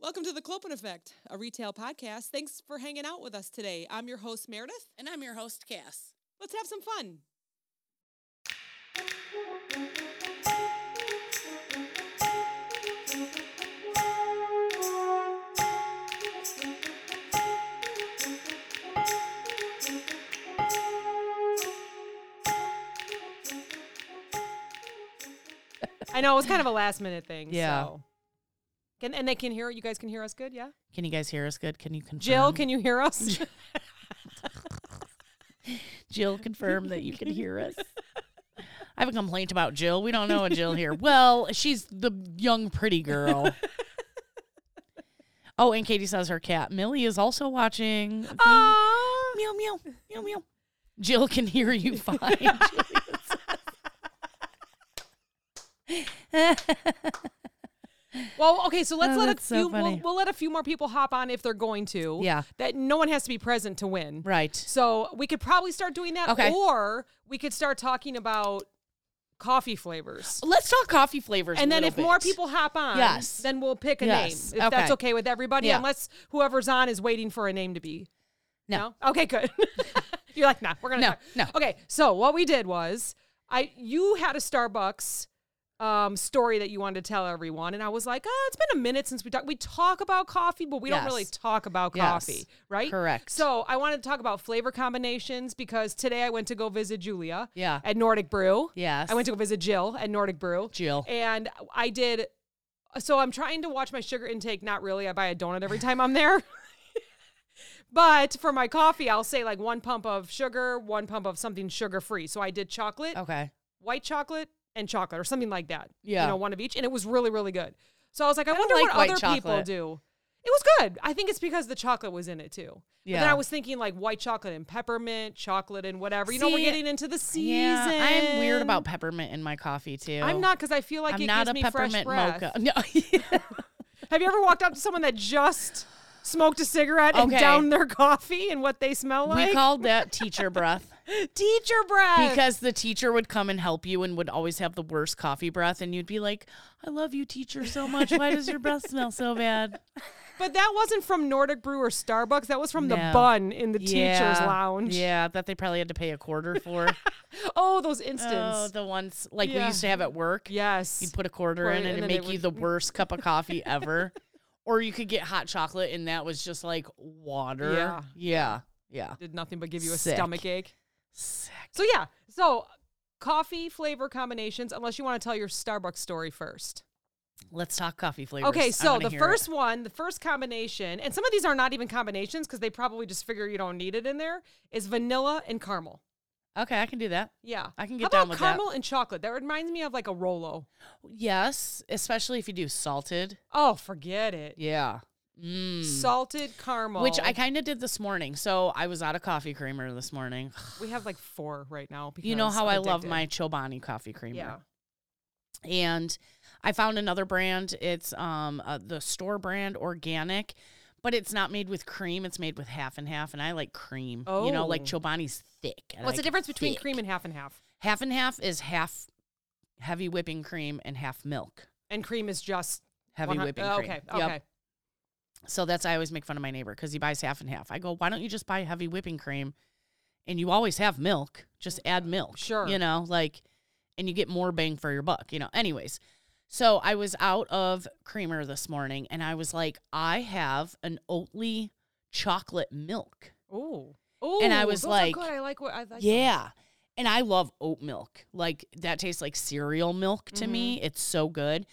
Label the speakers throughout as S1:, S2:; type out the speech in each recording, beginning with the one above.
S1: Welcome to the Clopen Effect, a retail podcast. Thanks for hanging out with us today. I'm your host, Meredith.
S2: And I'm your host, Cass.
S1: Let's have some fun. I know it was kind of a last minute thing.
S2: Yeah.
S1: So. Can, and they can hear you guys can hear us good, yeah?
S2: Can you guys hear us good? Can you confirm?
S1: Jill, can you hear us?
S2: Jill confirm that you can hear us? I have a complaint about Jill. We don't know a Jill here. Well, she's the young pretty girl. Oh, and Katie says her cat Millie is also watching. Thank-
S1: Oh. Aw.
S2: Meow meow meow meow. Jill can hear you fine. Julia says.
S1: Well, okay, so let's
S2: Oh,
S1: let a
S2: that's so
S1: few we'll,
S2: funny.
S1: we'll let a few more people hop on if they're going to.
S2: Yeah.
S1: That no one has to be present to win.
S2: right.
S1: So we could probably start doing that
S2: Okay.
S1: or we could start talking about coffee flavors.
S2: Let's talk coffee flavors. a
S1: And then
S2: little
S1: if more
S2: bit.
S1: people hop on,
S2: Yes.
S1: then we'll pick a
S2: Yes.
S1: name. If that's
S2: Okay.
S1: okay with everybody,
S2: Yeah.
S1: unless whoever's on is waiting for a name to be.
S2: No.
S1: Okay, good. You're like, nah, we're gonna
S2: No,
S1: talk.
S2: no.
S1: Okay, so what we did was I you had a Starbucks um, story that you wanted to tell everyone, and I was like, oh, it's been a minute since we talked. We talk about coffee, but we don't really
S2: Yes.
S1: talk about
S2: Yes.
S1: coffee, right?
S2: Correct.
S1: So I wanted to talk about flavor combinations because today I went to go visit Julia
S2: Yeah.
S1: at Nordic Brew.
S2: Yes.
S1: I went to go visit Jill at Nordic Brew.
S2: Jill.
S1: And I did. So I'm trying to watch my sugar intake. Not really. I buy a donut every time I'm there. but for my coffee, I'll say like one pump of sugar, one pump of something sugar free. So I did chocolate,
S2: Okay.
S1: white chocolate, and chocolate, or something like that.
S2: Yeah.
S1: You know, one of each. And it was really, really good. So I was like, I, wonder
S2: like
S1: what
S2: white
S1: other people
S2: chocolate.
S1: do. It was good. I think it's because the chocolate was in it too. Yeah. But then
S2: Yeah.
S1: I was thinking like white chocolate and peppermint, chocolate and whatever. You know, we're
S2: See,
S1: getting into the season.
S2: Yeah, I'm weird about peppermint in my coffee too.
S1: I'm not because I feel like
S2: I'm
S1: it
S2: not
S1: gives
S2: a
S1: me fresh
S2: peppermint
S1: breath.
S2: mocha. No.
S1: Have you ever walked up to someone that just smoked a cigarette and
S2: Okay.
S1: downed their coffee and what they smell like?
S2: we called that teacher breath
S1: teacher breath.
S2: because the teacher would come and help you and would always have the worst coffee breath, and you'd be like, "I love you, teacher, so much. Why does your breath smell so bad?"
S1: but that wasn't from Nordic Brew or Starbucks. That was from the
S2: No.
S1: bun in the teacher's
S2: Yeah.
S1: lounge.
S2: Yeah, that they probably had to pay a quarter for.
S1: Oh, those
S2: oh,
S1: instants.
S2: the ones like we
S1: Yeah.
S2: used to have at work.
S1: yes.
S2: You'd put a quarter
S1: Right,
S2: in
S1: and
S2: and,
S1: then
S2: it'd
S1: they
S2: make you
S1: would-
S2: the worst cup of coffee ever. Or you could get hot chocolate and that was just like water.
S1: Yeah.
S2: Yeah. Yeah.
S1: Did nothing but give you a
S2: Sick.
S1: stomach ache.
S2: Sick.
S1: So yeah. So coffee flavor combinations. Unless you want to tell your Starbucks story first.
S2: Let's talk coffee flavors. I
S1: Okay, so
S2: wanna
S1: the
S2: hear it.
S1: first one, the first combination, and some of these are not even combinations because they probably just figure you don't need it in there, is vanilla and caramel.
S2: Okay, I can do that.
S1: Yeah.
S2: I can
S1: How
S2: get
S1: about
S2: down with that.
S1: caramel and chocolate? That reminds me of like a Rolo.
S2: Yes, especially if you do salted.
S1: Oh, forget it.
S2: Yeah. Mm.
S1: Salted caramel.
S2: Which I kind of did this morning. So I was out of coffee creamer this morning.
S1: we have like four right now. Because
S2: You know how
S1: I'm
S2: I love
S1: addicted.
S2: my Chobani coffee creamer.
S1: Yeah.
S2: and I found another brand. It's um uh, the store brand organic, but it's not made with cream. It's made with half and half, and I like cream. you know, like
S1: Oh.
S2: Chobani's thick. and I
S1: What's the
S2: like
S1: difference between
S2: thick.
S1: cream and half and half?
S2: half and half is half heavy whipping cream and half milk.
S1: And cream is just
S2: Heavy
S1: 100
S2: whipping
S1: oh,
S2: cream.
S1: Okay.
S2: Yep.
S1: Okay.
S2: So that's I always make fun of my neighbor because he buys half and half. I go, why don't you just buy heavy whipping cream, and you always have milk. Just add milk.
S1: Sure.
S2: You know, like, and you get more bang for your buck. You know. Anyways, so I was out of creamer this morning, and I was like, I have an Oatly chocolate milk.
S1: Ooh. Ooh.
S2: And I was
S1: those are
S2: like,
S1: good. I like what I like.
S2: yeah. And I love oat milk. Like that tastes like cereal milk to
S1: Mm-hmm.
S2: me. It's so good.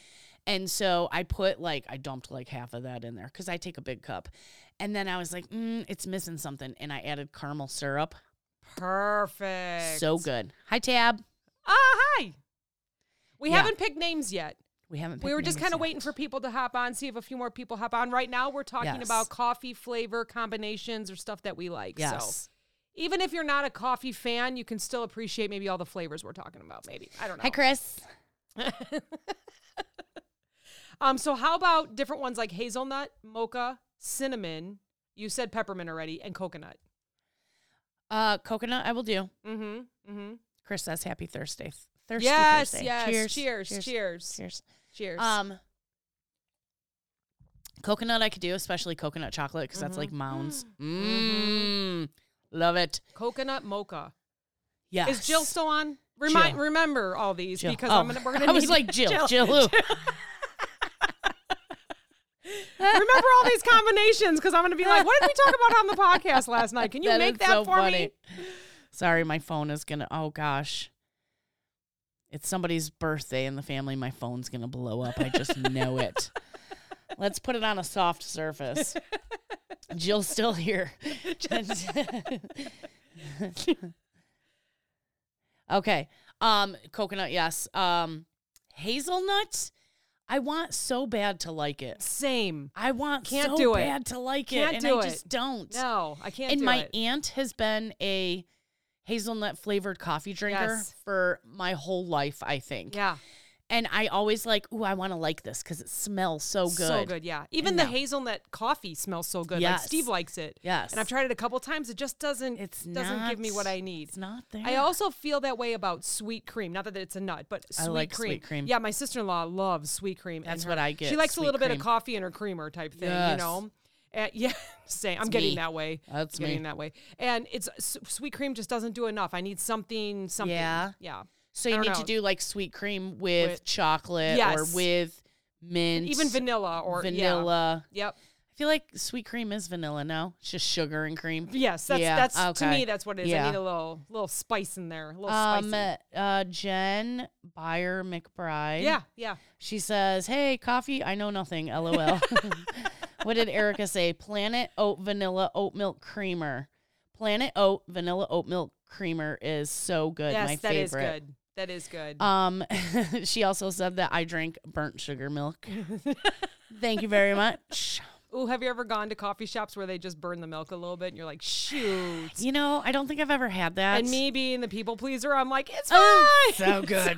S2: And so I put like I dumped like half of that in there because I take a big cup. And then I was like, mm, it's missing something. And I added caramel syrup.
S1: Perfect.
S2: So good. Hi Tab.
S1: Ah, hi. We
S2: Yeah.
S1: haven't picked names yet.
S2: We haven't.
S1: We
S2: picked
S1: were just
S2: names
S1: kind of
S2: yet.
S1: waiting for people to hop on, see if a few more people hop on. Right now, we're talking
S2: Yes.
S1: about coffee flavor combinations or stuff that we like. So
S2: Yes.
S1: even if you're not a coffee fan, you can still appreciate maybe all the flavors we're talking about. Maybe I don't know.
S2: Hi Chris.
S1: Um, so how about different ones like hazelnut, mocha, cinnamon? You said peppermint already, and coconut.
S2: Uh, coconut. I will do.
S1: Mm-hmm. Mm-hmm.
S2: Chris says happy Thursday. Thursday.
S1: Yes.
S2: Thursday.
S1: Yes. Cheers. Cheers.
S2: Um, Cheers.
S1: Cheers.
S2: Cheers. Um, Coconut I could do, especially coconut chocolate because
S1: Mm-hmm.
S2: that's like mounds. Mmm. Love it.
S1: Coconut mocha.
S2: Yeah.
S1: Is Jill still on? Remind
S2: Jill.
S1: remember all these
S2: Jill.
S1: because
S2: Oh,
S1: I'm gonna, we're gonna.
S2: I was
S1: need-
S2: like Jill. Jill. who?
S1: remember all these combinations because I'm gonna be like, what did we talk about on the podcast last night? Can you
S2: That
S1: make
S2: is
S1: that
S2: so
S1: for me?
S2: funny. Sorry, my phone is gonna. Oh gosh, it's somebody's birthday in the family. My phone's gonna blow up. I just know it. Let's put it on a soft surface. Jill's still here. okay. Um, coconut, yes. Um, hazelnut. I want so bad to like it.
S1: Same.
S2: I want
S1: Can't
S2: so
S1: do it.
S2: bad to like
S1: Can't
S2: it, and
S1: do
S2: I
S1: it.
S2: just don't
S1: No, I can't.
S2: and
S1: do
S2: my
S1: it.
S2: aunt has been a hazelnut flavored coffee drinker
S1: Yes.
S2: for my whole life, I think.
S1: yeah,
S2: And I always like, ooh, I want to like this because it smells so good.
S1: so good. Yeah, even the hazelnut coffee smells so good. Like
S2: Yes.
S1: Steve likes it.
S2: Yes.
S1: and I've tried it a couple times. It just doesn't.
S2: It's
S1: doesn't give me
S2: not-
S1: what I need.
S2: It's not there.
S1: I also feel that way about sweet cream. Not that it's a nut, but
S2: I
S1: sweet
S2: like
S1: cream.
S2: sweet cream.
S1: Yeah, my sister in law loves sweet cream. and
S2: That's
S1: her-
S2: what I get,
S1: She likes a
S2: sweet
S1: little bit of
S2: cream.
S1: coffee in her creamer type thing, you
S2: Yes.
S1: know? And- yeah, same. I'm getting
S2: me.
S1: that way.
S2: That's
S1: getting
S2: me.
S1: that way. And it's s- sweet cream just doesn't do enough. I need something, something.
S2: Yeah.
S1: Yeah.
S2: so
S1: I
S2: you
S1: don't
S2: need
S1: know.
S2: to do like sweet cream with,
S1: With-
S2: chocolate
S1: Yes.
S2: or with mint,
S1: Even vanilla or yeah.
S2: vanilla.
S1: Yep.
S2: I feel like sweet cream is vanilla. No, it's just sugar and cream.
S1: Yes. That's
S2: Yeah,
S1: that's to
S2: okay.
S1: me. That's what it is. I
S2: Yeah.
S1: need a little little spice in there. A little
S2: Um,
S1: spicy.
S2: uh, Jen Byer McBride.
S1: Yeah. Yeah.
S2: She says, Hey, coffee, I know nothing. LOL. what did Erica say? Planet Oat Vanilla Oat Milk Creamer. Planet Oat Vanilla Oat Milk Creamer is so good.
S1: yes,
S2: my
S1: that is
S2: favorite.
S1: good. That is good.
S2: Um, she also said that I drink burnt sugar milk. Thank you very much.
S1: Ooh, have you ever gone to coffee shops where they just burn the milk a little bit and you're like, shoot.
S2: You know, I don't think I've ever had that.
S1: and me being the people pleaser, I'm like, it's fine.
S2: Oh, so good.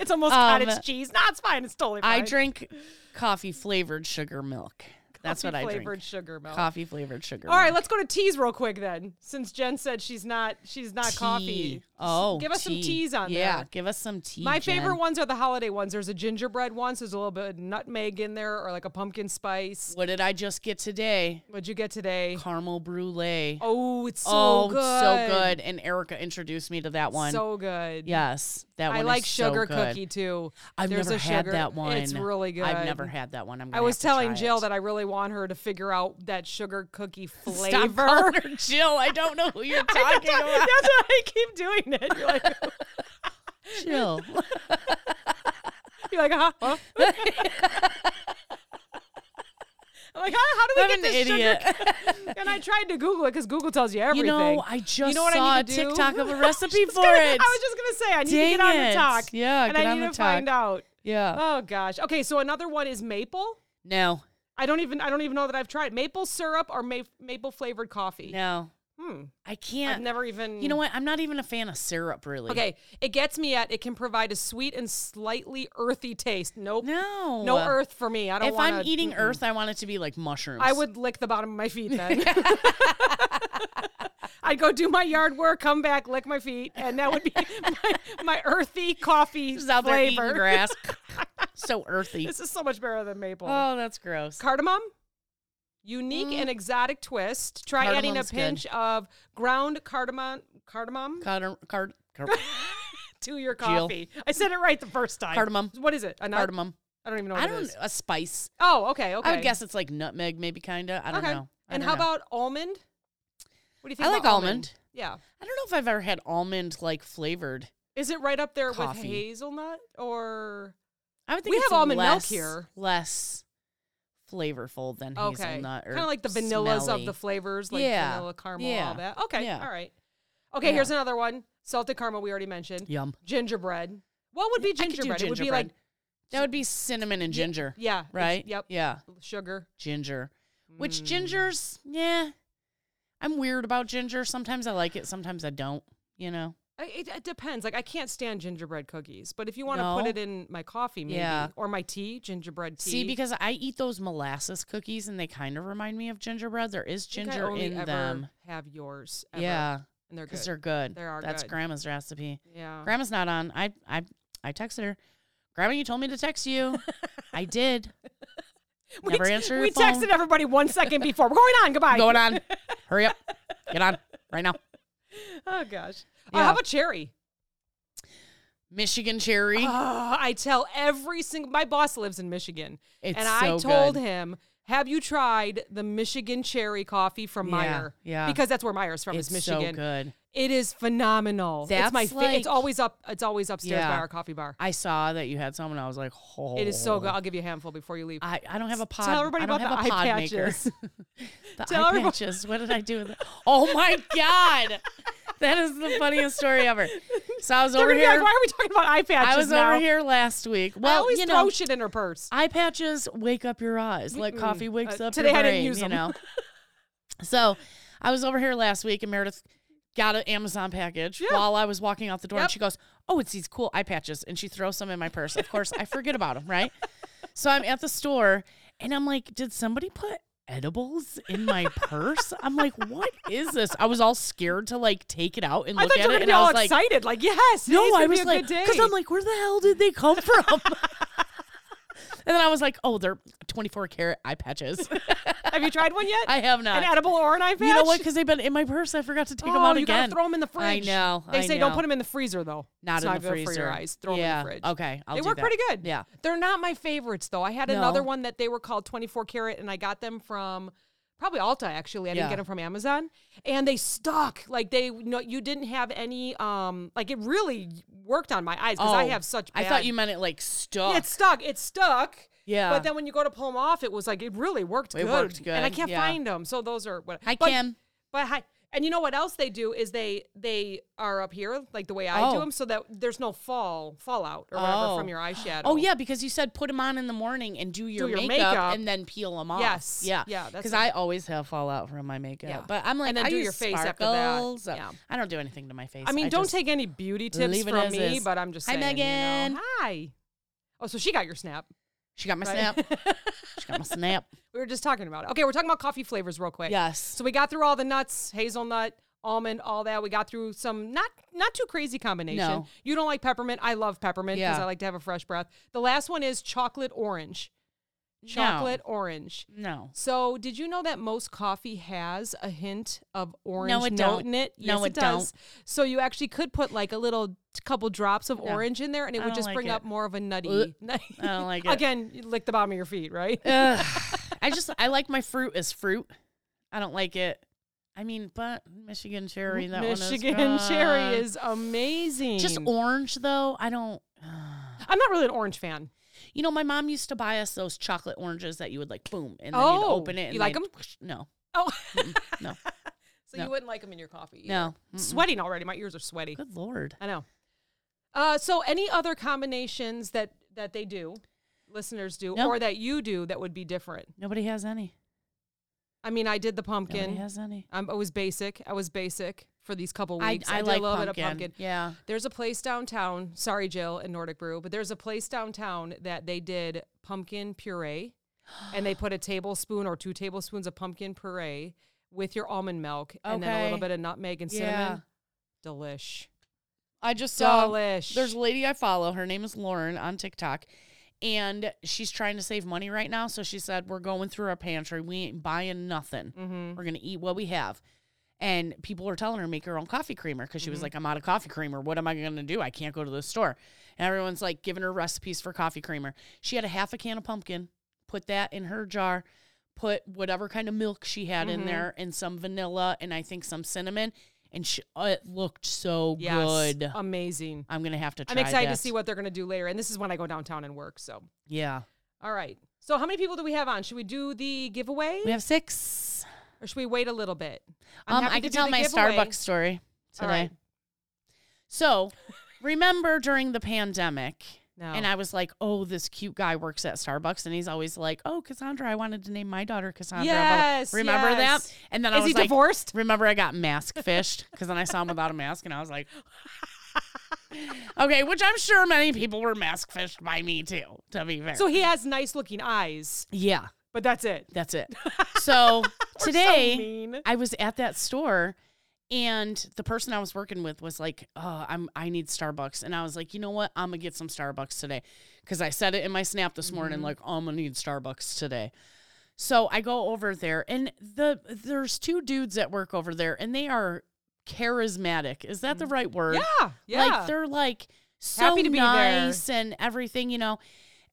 S1: It's almost
S2: Um,
S1: cottage cheese. No, it's fine. It's totally
S2: I
S1: fine.
S2: drink coffee flavored sugar milk. That's what I
S1: Coffee-flavored
S2: drink.
S1: sugar milk.
S2: Coffee flavored sugar
S1: All
S2: milk.
S1: right, let's go to teas real quick then, since Jen said she's not she's not coffee.
S2: Tea. Oh,
S1: give us some
S2: tea.
S1: teas on
S2: yeah,
S1: there.
S2: give us some tea.
S1: My favorite
S2: Jen.
S1: ones are the holiday ones. There's a gingerbread one, so there's a little bit of nutmeg in there, or like a pumpkin spice.
S2: What did I just get today?
S1: What'd you get today?
S2: Caramel brulee.
S1: Oh, it's so
S2: Oh,
S1: good.
S2: so good. And Erica introduced me to that one.
S1: So good.
S2: yes, that one.
S1: I
S2: is
S1: like
S2: so
S1: sugar
S2: good.
S1: cookie too.
S2: I've
S1: There's
S2: never
S1: a
S2: had
S1: sugar-
S2: that one.
S1: It's really good.
S2: I've never had that one. I'm.
S1: I
S2: gonna
S1: was
S2: have to try
S1: telling Jill
S2: it.
S1: that I really want her to figure out that sugar cookie flavor.
S2: Stop calling her Jill. I don't know who you're talking
S1: That's
S2: about.
S1: why I keep doing it. You're like,
S2: Jill.
S1: you're like, "Uh-huh." huh? huh? I'm like, how, how do we
S2: I'm
S1: get
S2: an
S1: this
S2: idiot.
S1: sugar? And I tried to Google it because Google tells you
S2: You
S1: everything.
S2: know, I just
S1: know what I
S2: saw
S1: need to
S2: a
S1: do?
S2: TikTok of a
S1: I
S2: recipe
S1: Just
S2: for
S1: gonna-
S2: it.
S1: I was just gonna say I need to get
S2: Dang
S1: on the
S2: it.
S1: talk.
S2: Yeah,
S1: and
S2: get
S1: I
S2: on
S1: need
S2: the
S1: to find
S2: talk.
S1: out.
S2: yeah.
S1: Oh gosh. Okay, so another one is maple.
S2: No.
S1: I don't even I don't even know that I've tried maple syrup or ma- maple flavored coffee.
S2: No.
S1: Hmm.
S2: I
S1: I've
S2: can't.
S1: never even.
S2: You know what? I'm not even a fan of syrup, really.
S1: Mm. Okay, it gets me at. It can provide a sweet and slightly earthy taste. Nope.
S2: No.
S1: No earth for me. I don't.
S2: If
S1: wanna,
S2: I'm eating
S1: mm-mm.
S2: earth, I want it to be like mushrooms.
S1: I would lick the bottom of my feet then. I'd go do my yard work, come back, lick my feet, and that would be my, my earthy coffee
S2: Just out there eating
S1: flavor.
S2: grass. so earthy.
S1: This is so much better than maple.
S2: Oh, that's gross.
S1: Cardamom, unique and exotic twist. Try adding a
S2: Cardamom's Mm. good.
S1: pinch of ground cardamom, cardamom
S2: Cardam- card- car-
S1: to your coffee. I said it right the first time.
S2: Cardamom.
S1: What is it? A nut?
S2: cardamom.
S1: I don't even know what
S2: I
S1: it
S2: don't
S1: is.
S2: a spice.
S1: Oh, okay, okay.
S2: I would guess it's like nutmeg, maybe kinda. I don't
S1: okay.
S2: know. I
S1: and
S2: don't
S1: how
S2: know.
S1: about almond? What do you think?
S2: I
S1: about
S2: like almond.
S1: Yeah.
S2: I don't know if I've ever had almond like flavored.
S1: Is it right up there with
S2: Coffee.
S1: hazelnut or?
S2: I would think
S1: We
S2: it's
S1: have almond milk
S2: less-
S1: here.
S2: Less flavorful than
S1: Okay.
S2: hazelnut or
S1: Kind of like the vanillas
S2: smelly.
S1: of the flavors, like
S2: Yeah.
S1: vanilla caramel,
S2: Yeah.
S1: all that. Okay,
S2: Yeah.
S1: all right. Okay,
S2: Yeah.
S1: here's another one: salted caramel. We already mentioned
S2: Yum.
S1: gingerbread. What would be
S2: I could do
S1: gingerbread? It would be like
S2: gingerbread. that would be cinnamon and ginger.
S1: yeah, it's-
S2: Right?
S1: Yep.
S2: Yeah.
S1: Sugar.
S2: Ginger. Which
S1: Mm.
S2: gingers, yeah. I'm weird about ginger. Sometimes I like it, sometimes I don't, you know.
S1: I, it, it depends. Like I can't stand gingerbread cookies, but if you want to put
S2: No?
S1: it in my coffee, maybe
S2: Yeah.
S1: or my tea, gingerbread tea.
S2: See, because I eat those molasses cookies and they kind of remind me of gingerbread. There is
S1: I think I
S2: ginger
S1: only
S2: in
S1: ever
S2: them.
S1: Have yours? Ever,
S2: Yeah.
S1: and they're good.
S2: Because they're good.
S1: They are
S2: That's
S1: good. Uh-huh.
S2: grandma's recipe.
S1: yeah.
S2: Grandma's not on. I I I texted her. Grandma, you told me to text you. I did.
S1: We
S2: Never
S1: t-
S2: answer your
S1: We
S2: phone.
S1: texted everybody one second before. We're going on. Goodbye.
S2: Going on. Hurry up. Get on right now.
S1: Oh gosh. Uh,
S2: Yeah.
S1: how about cherry?
S2: Michigan cherry.
S1: Ah, I tell every single. My boss lives in Michigan,
S2: It's
S1: and I
S2: so
S1: told
S2: good.
S1: him, "Have you tried the Michigan cherry coffee from
S2: Yeah,
S1: Meyer?
S2: yeah.
S1: because that's where Meyer's from.
S2: it's
S1: is Michigan.
S2: so good.
S1: It is phenomenal. it's
S2: That's
S1: my. fa-
S2: like-
S1: it's always up. It's always upstairs by
S2: Yeah.
S1: our coffee bar.
S2: I saw that you had some, and I was like, oh,
S1: It is so good. I'll give you a handful before you leave.
S2: I, I don't have a pod.
S1: Tell everybody
S2: I don't
S1: about
S2: have
S1: the
S2: a pod
S1: eye
S2: maker.
S1: patches.
S2: the
S1: Tell
S2: eye
S1: everybody-
S2: patches. What did I do with it? Oh my god, that is the funniest story ever. So I was
S1: They're
S2: over
S1: gonna be like,
S2: here.
S1: why are we talking about eye patches
S2: I was
S1: now?
S2: over here last week. Well,
S1: I always
S2: you
S1: throw
S2: know,
S1: shit in her purse.
S2: eye patches wake up your eyes like coffee wakes
S1: Uh,
S2: up
S1: today
S2: your
S1: I didn't
S2: brain,
S1: use
S2: you
S1: 'em.
S2: know so i was over here last week and meredith got an amazon package
S1: Yeah.
S2: while i was walking out the door
S1: Yep.
S2: and she goes oh it's these cool eye patches and she throws some in my purse of course i forget about them right so i'm at the store and i'm like did somebody put edibles in my purse i'm like what is this i was all scared to like take it out and
S1: I
S2: look
S1: thought you
S2: at
S1: were gonna
S2: it
S1: be
S2: and i
S1: all
S2: was like
S1: excited, like yes. today's
S2: no,
S1: gonna
S2: I
S1: be
S2: was
S1: a
S2: like,
S1: good
S2: because
S1: day.
S2: I'm like, where the hell did they come from? and then I was like, oh, they're 24 karat eye patches.
S1: Have you tried one yet?
S2: I have
S1: An
S2: not.
S1: edible or an eye patch?
S2: you know what? Because they've been in my purse. I forgot to take them
S1: Oh,
S2: out
S1: you
S2: again.
S1: gotta throw them in the fridge.
S2: I know.
S1: They
S2: I
S1: say don't
S2: know.
S1: put them in the freezer though.
S2: Not
S1: It's
S2: in
S1: not
S2: the
S1: good
S2: freezer.
S1: for your eyes. Throw them
S2: yeah.
S1: in the fridge.
S2: Okay, I'll
S1: they
S2: do
S1: work
S2: that.
S1: pretty good.
S2: Yeah.
S1: They're not my favorites though. I had
S2: No.
S1: another one that they were called 24 karat, and I got them from probably Alta actually. I didn't
S2: Yeah.
S1: get them from Amazon, and they stuck. Like they no, you didn't have any. Um, like it really worked on my eyes because I
S2: Oh,
S1: have such.
S2: I
S1: Bad,
S2: thought you meant it like stuck.
S1: It stuck. It stuck.
S2: yeah.
S1: But then when you go to pull them off, it was like it really worked
S2: It
S1: good.
S2: worked
S1: and I
S2: good,
S1: can't
S2: yeah.
S1: find them. So those are what
S2: Hi,
S1: but,
S2: Kim.
S1: But hi, and you know what else they do is they they are up here like the way I do
S2: Oh.
S1: them, so that there's no fall fallout or whatever
S2: Oh.
S1: from your eyeshadow.
S2: Oh yeah, because you said put them on in the morning and do your,
S1: your
S2: makeup,
S1: makeup.
S2: and then peel them off.
S1: Yes.
S2: Yeah.
S1: Yeah, that's
S2: Because
S1: it.
S2: I always have fallout from my makeup,
S1: Yeah.
S2: but I'm like,
S1: And then
S2: I
S1: do
S2: use
S1: your face after that.
S2: sparkles. Uh,
S1: Yeah.
S2: I don't do anything to my face.
S1: I mean, don't
S2: just-
S1: take any beauty tips
S2: leave it
S1: from
S2: as
S1: me,
S2: is.
S1: but I'm just
S2: Hi,
S1: saying. you know.
S2: Megan.
S1: Hi. Oh, so she got your snap.
S2: She got my
S1: right?
S2: snap. She got my snap.
S1: we were just talking about it. Okay, we're talking about coffee flavors real quick.
S2: Yes.
S1: So we got through all the nuts, hazelnut, almond, all that. We got through some not not too crazy combination.
S2: No.
S1: You don't like peppermint. I love peppermint because
S2: Yeah.
S1: I like to have a fresh breath. The last one is chocolate orange. Chocolate orange.
S2: No.
S1: So, did you know that most coffee has a hint of orange
S2: it
S1: note
S2: don't.
S1: in it?
S2: No,
S1: yes,
S2: it
S1: does. So you actually could put like a little couple drops of
S2: No.
S1: orange in there, and it
S2: I
S1: would
S2: don't
S1: just
S2: like
S1: bring
S2: it.
S1: up more of a nutty.
S2: Ugh. I don't like it.
S1: Again, you lick the bottom of your feet, right?
S2: Ugh. I just I like my fruit as fruit. I don't like it. I mean, but Michigan cherry. That one
S1: Michigan
S2: is
S1: cherry
S2: good.
S1: is amazing.
S2: just orange though. I don't.
S1: I'm not really an orange fan.
S2: You know, my mom used to buy us those chocolate oranges that you would like boom and then you'd
S1: Oh,
S2: open it. And
S1: you like
S2: they'd-
S1: 'em?
S2: No,
S1: Oh,
S2: no,
S1: so
S2: No.
S1: you wouldn't like them in your coffee? either.
S2: no.
S1: I'm
S2: Mm-mm.
S1: Sweating already. My ears are sweaty.
S2: Good lord.
S1: I know. Uh, so any other combinations that that they do, listeners do,
S2: No.
S1: or that you do that would be different?
S2: Nobody has any.
S1: I mean, I did the
S2: Nobody
S1: pumpkin.
S2: has any.
S1: I'm, I was basic. I was basic for these couple
S2: I,
S1: weeks.
S2: I,
S1: did
S2: like
S1: a little
S2: pumpkin.
S1: bit of pumpkin.
S2: Yeah.
S1: There's a place downtown. Sorry, Jill and Nordic Brew, but there's a place downtown that they did pumpkin puree, and they put a tablespoon or two tablespoons of pumpkin puree with your almond milk, and then a little
S2: Okay.
S1: bit of nutmeg and cinnamon.
S2: Yeah.
S1: Delish.
S2: I just saw
S1: Delish.
S2: There's a lady I follow. Her name is Lauren on TikTok. And she's trying to save money right now. So she said, We're going through our pantry. We ain't buying nothing.
S1: Mhm.
S2: We're going to eat what we have. And people were telling her, Make your own coffee creamer. Because she
S1: Mm-hmm.
S2: was like, I'm out of coffee creamer. What am I going to do? I can't go to the store. And everyone's like giving her recipes for coffee creamer. She had a half a can of pumpkin, put that in her jar, put whatever kind of milk she had in
S1: Mm-hmm.
S2: there, and some vanilla, and I think some cinnamon. And she, oh, it looked so
S1: Yes.
S2: good.
S1: Amazing.
S2: I'm gonna have to. Try
S1: I'm excited to
S2: that.
S1: see what they're going to do later. And this is when I go downtown and work. So,
S2: Yeah,
S1: all right. So, how many people do we have on? Should we do the giveaway
S2: we have six.
S1: or should we wait a little bit? I'm
S2: Um,
S1: happy
S2: I
S1: to
S2: could
S1: do
S2: tell
S1: the
S2: my
S1: giveaway.
S2: Starbucks story today.
S1: All right.
S2: So, remember during the pandemic,
S1: No.
S2: and I was like, "Oh, this cute guy works at Starbucks, and he's always like, oh, Cassandra, I wanted to name my daughter Cassandra.' blah, blah, blah."
S1: Yes,
S2: remember
S1: yes.
S2: that? And then I
S1: Is
S2: was
S1: he
S2: like,
S1: divorced?
S2: Remember, I got mask fished because then I saw him without a mask, and I was like, okay, which I'm sure many people were mask fished by me too. To be fair,
S1: So he has nice looking eyes,
S2: yeah,
S1: but that's it.
S2: That's it. So
S1: so
S2: today,
S1: mean.
S2: I was at that store And the person I was working with was like, "Oh, I'm I need Starbucks." And I was like, "You know what? I'm going to get some Starbucks today." Cuz I said it in my snap this morning like, oh, "I'm going to need Starbucks today." So I go over there and the there's two dudes that work over there and they are charismatic. Is that the right word?
S1: Yeah. Yeah.
S2: Like they're like so
S1: Happy to be there.
S2: nice and everything, you know.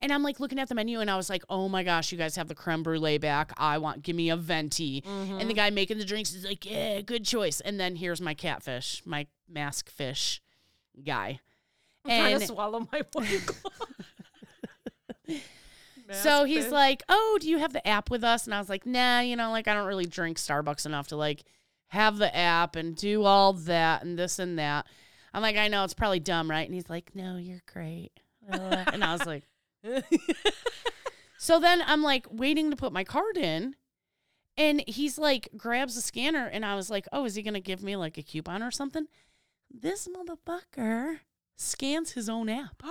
S2: And I'm like looking at the menu and I was like, oh my gosh, you guys have the creme brulee back. I want, give me a venti.
S1: Mm-hmm.
S2: And the guy making the drinks is like, yeah, good choice. And then here's my catfish, my mask fish guy.
S1: I'm trying
S2: and
S1: to swallow my one claw.
S2: so he's like, oh, do you have the app with us? And I was like, nah, you know, like I don't really drink Starbucks enough to like have the app and do all that and this and that. I'm like, I know it's probably dumb, right? And he's like, no, you're great. Uh, and I was like, So then I'm like waiting to put my card in. And he's like, grabs the scanner. And I was like, oh, is he going to give me like a coupon or something? This motherfucker scans his own app.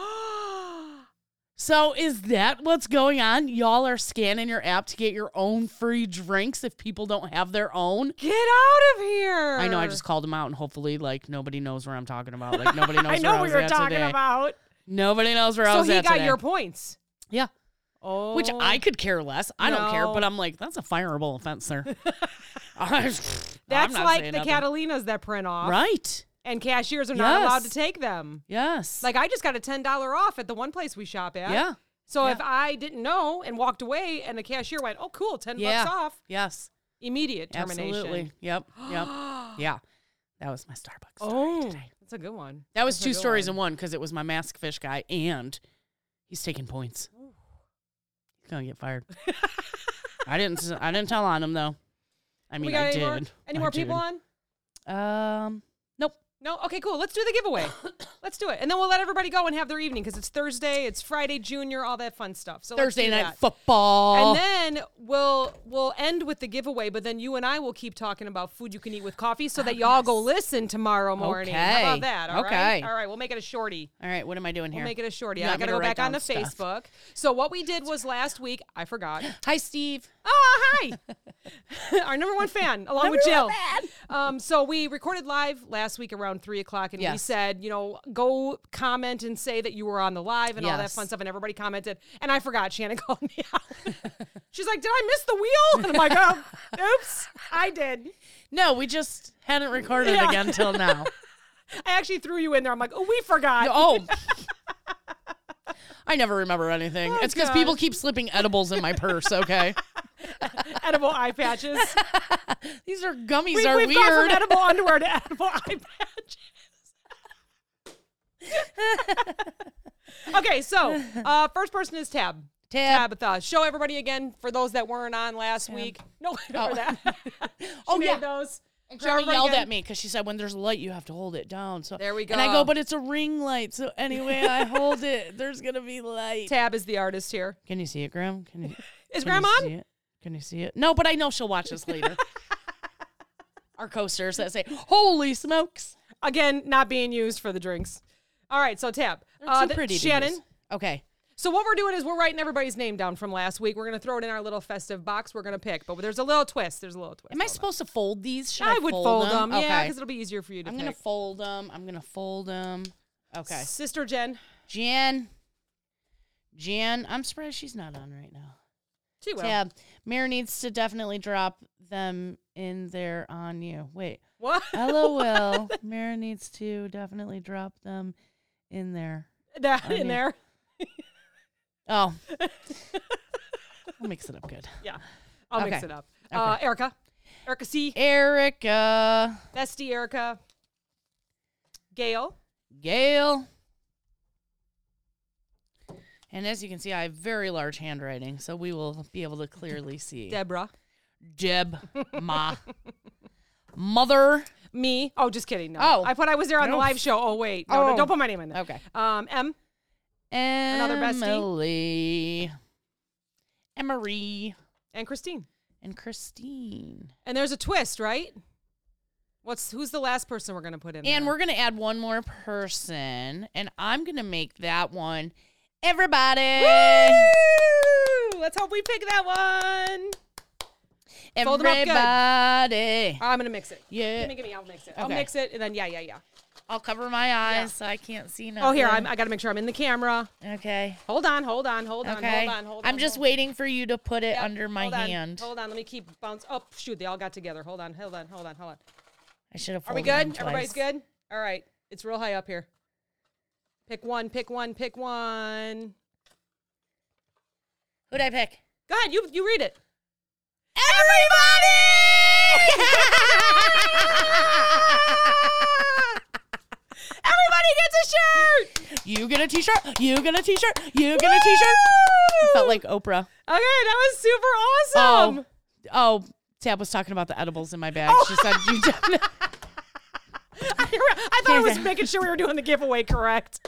S2: So is that what's going on? Y'all are scanning your app to get your own free drinks if people don't have their own?
S1: Get out of here.
S2: I know I just called him out and hopefully like nobody knows where I'm talking about. Like nobody knows
S1: I know
S2: where I
S1: what
S2: was
S1: you're
S2: at
S1: talking
S2: today.
S1: about.
S2: Nobody knows where I
S1: So
S2: was
S1: he
S2: at
S1: got
S2: today.
S1: your points.
S2: yeah.
S1: Oh.
S2: Which I could care less. I don't care,
S1: No.
S2: but I'm like, that's a fireable offense, sir. I- I'm
S1: That's
S2: not
S1: like
S2: saying
S1: the
S2: nothing.
S1: Catalinas that print off,
S2: Right.
S1: and cashiers are not allowed to
S2: Yes.
S1: take them.
S2: Yes.
S1: Like I just got a ten dollar off at the one place we shop at.
S2: yeah.
S1: So
S2: Yeah.
S1: if I didn't know and walked away, and the cashier went, "Oh, cool, ten
S2: Yeah.
S1: bucks off,"
S2: Yes.
S1: immediate termination.
S2: Absolutely. Yep. Yep. yeah. That was my Starbucks. story
S1: Oh,
S2: today.
S1: that's a good one.
S2: That was
S1: That's a
S2: two
S1: good
S2: stories
S1: one.
S2: in one because it was my mask fish guy and he's taking points. He's gonna get fired. I didn't. I didn't tell on him though. I mean,
S1: we got
S2: I
S1: any
S2: did.
S1: more? Any
S2: I
S1: more people on?
S2: did. Um. Nope.
S1: No. Okay, cool. Let's do the giveaway. let's do it, and then we'll let everybody go and have their evening because it's Thursday, it's Friday Junior, all that fun stuff. So let's
S2: Thursday
S1: do
S2: night
S1: that.
S2: football.
S1: And then we'll we'll end with the giveaway, but then you and I will keep talking about food you can eat with coffee, so that y'all go listen tomorrow morning. How
S2: Oh, Okay.
S1: about that? All right.
S2: Okay.
S1: All right. We'll make it a shorty.
S2: All right. What am I doing here?
S1: We'll make it a shorty.
S2: You
S1: I
S2: want me
S1: gotta
S2: to
S1: go
S2: write
S1: back onto
S2: down stuff?
S1: Facebook. So what we did was last week. I forgot.
S2: Hi, Steve.
S1: Oh, hi! Our number one fan, along with Jill.
S2: Number one
S1: Um, so we recorded live last week around three o'clock, and we
S2: Yes.
S1: said, you know, go comment and say that you were on the live and all that
S2: Yes.
S1: fun stuff. And everybody commented, and I forgot. Shannon called me out. She's like, "Did I miss the wheel?" And I'm like, "Oh, oops, I did."
S2: No, we just hadn't recorded
S1: Yeah.
S2: again till now.
S1: I actually threw you in there. I'm like, "Oh, we forgot."
S2: oh. I never remember anything.
S1: Oh,
S2: it's because
S1: gosh.
S2: people keep slipping edibles in my purse. Okay,
S1: Edible eye patches.
S2: these are gummies.
S1: We,
S2: are
S1: we've
S2: weird.
S1: gone from edible underwear to edible eye patches. okay, so uh, first person is Tab.
S2: Tab.
S1: Tabitha. Show everybody again for those that weren't on last week. No, or that. oh
S2: yeah.
S1: those. Show
S2: Charlie
S1: everybody
S2: yelled
S1: again.
S2: at me because she said when there's a light you have to hold it down. So
S1: There we
S2: And I
S1: go.
S2: go, but it's a ring light. So anyway, I hold it. There's gonna be light.
S1: Tab is the artist here.
S2: Can you see it, Graham? Can you?
S1: Is
S2: can you
S1: Grandma?
S2: see it? Can you see it? No, but I know she'll watch us later. Our coasters that say, "Holy smokes!"
S1: Again, not being used for the drinks. All right, so Tab.
S2: They're too
S1: the-
S2: pretty. to
S1: Uh, Shannon.
S2: use. Okay.
S1: So what we're doing is we're writing everybody's name down from last week. We're gonna throw it in our little festive box. We're gonna pick, but there's a little twist. There's a little twist.
S2: Am I supposed to fold these? Should
S1: I would fold them, yeah,
S2: Okay.
S1: because it'll be easier for you to
S2: I'm
S1: pick.
S2: gonna fold them. I'm gonna fold them. Okay.
S1: Sister Jen,
S2: Jan. Jan. I'm surprised she's not on right now.
S1: she will.
S2: Yeah, Mira needs to definitely drop them in there on you. Wait,
S1: What?
S2: lol. Mira needs to definitely drop them in there.
S1: that
S2: Oh,
S1: in
S2: yeah.
S1: there?
S2: Oh, I'll mix it up good.
S1: Yeah. I'll mix
S2: Okay.
S1: it up. Uh, Erica. Erica C.
S2: Erica,
S1: Bestie Erica. Gail.
S2: Gail, and as you can see, I have very large handwriting, so we will be able to clearly see.
S1: Deborah.
S2: Deb, ma, mother.
S1: Me. Oh, just kidding. No.
S2: Oh.
S1: I put I was there on the
S2: No.
S1: live show. Oh, wait. No, no,
S2: Oh.
S1: don't put my name in there.
S2: Okay.
S1: Um, M. Another bestie.
S2: Emily. Emery
S1: And Christine.
S2: and Christine.
S1: And there's a twist, right? What's who's the last person we're gonna put in?
S2: And
S1: there?
S2: we're going to add one more person, and I'm going to make that one everybody.
S1: Woo! Let's hope we pick that one. Fold 'em up good.
S2: Everybody.
S1: I'm gonna mix it.
S2: Yeah.
S1: Give me, give me. I'll mix it. I'll
S2: Okay.
S1: mix it, and then yeah, yeah, yeah.
S2: I'll cover my eyes so I can't see nothing.
S1: Oh, here I'm. I gotta make sure I'm in the camera.
S2: Okay.
S1: Hold on, hold on, hold on,
S2: Okay.
S1: hold on, hold on.
S2: I'm just
S1: hold-
S2: waiting for you to put it
S1: Yep,
S2: under my
S1: hold on,
S2: hand.
S1: Hold on, let me keep bounce. Oh shoot, they all got together. Hold on, hold on, hold on, hold on.
S2: I should have.
S1: Are we good? Everybody's good. All right, it's real high up here. Pick one, pick one, pick one.
S2: Who'd I pick?
S1: God, you you read it.
S2: Everybody!
S1: Everybody gets a shirt.
S2: you get a t-shirt. You get a t-shirt. You get a t-shirt. I felt like Oprah.
S1: Okay, that was super awesome.
S2: Oh, oh, Tab was talking about the edibles in my bag.
S1: Oh.
S2: She said you. Did.
S1: I, thought I was making sure we were doing the giveaway correct.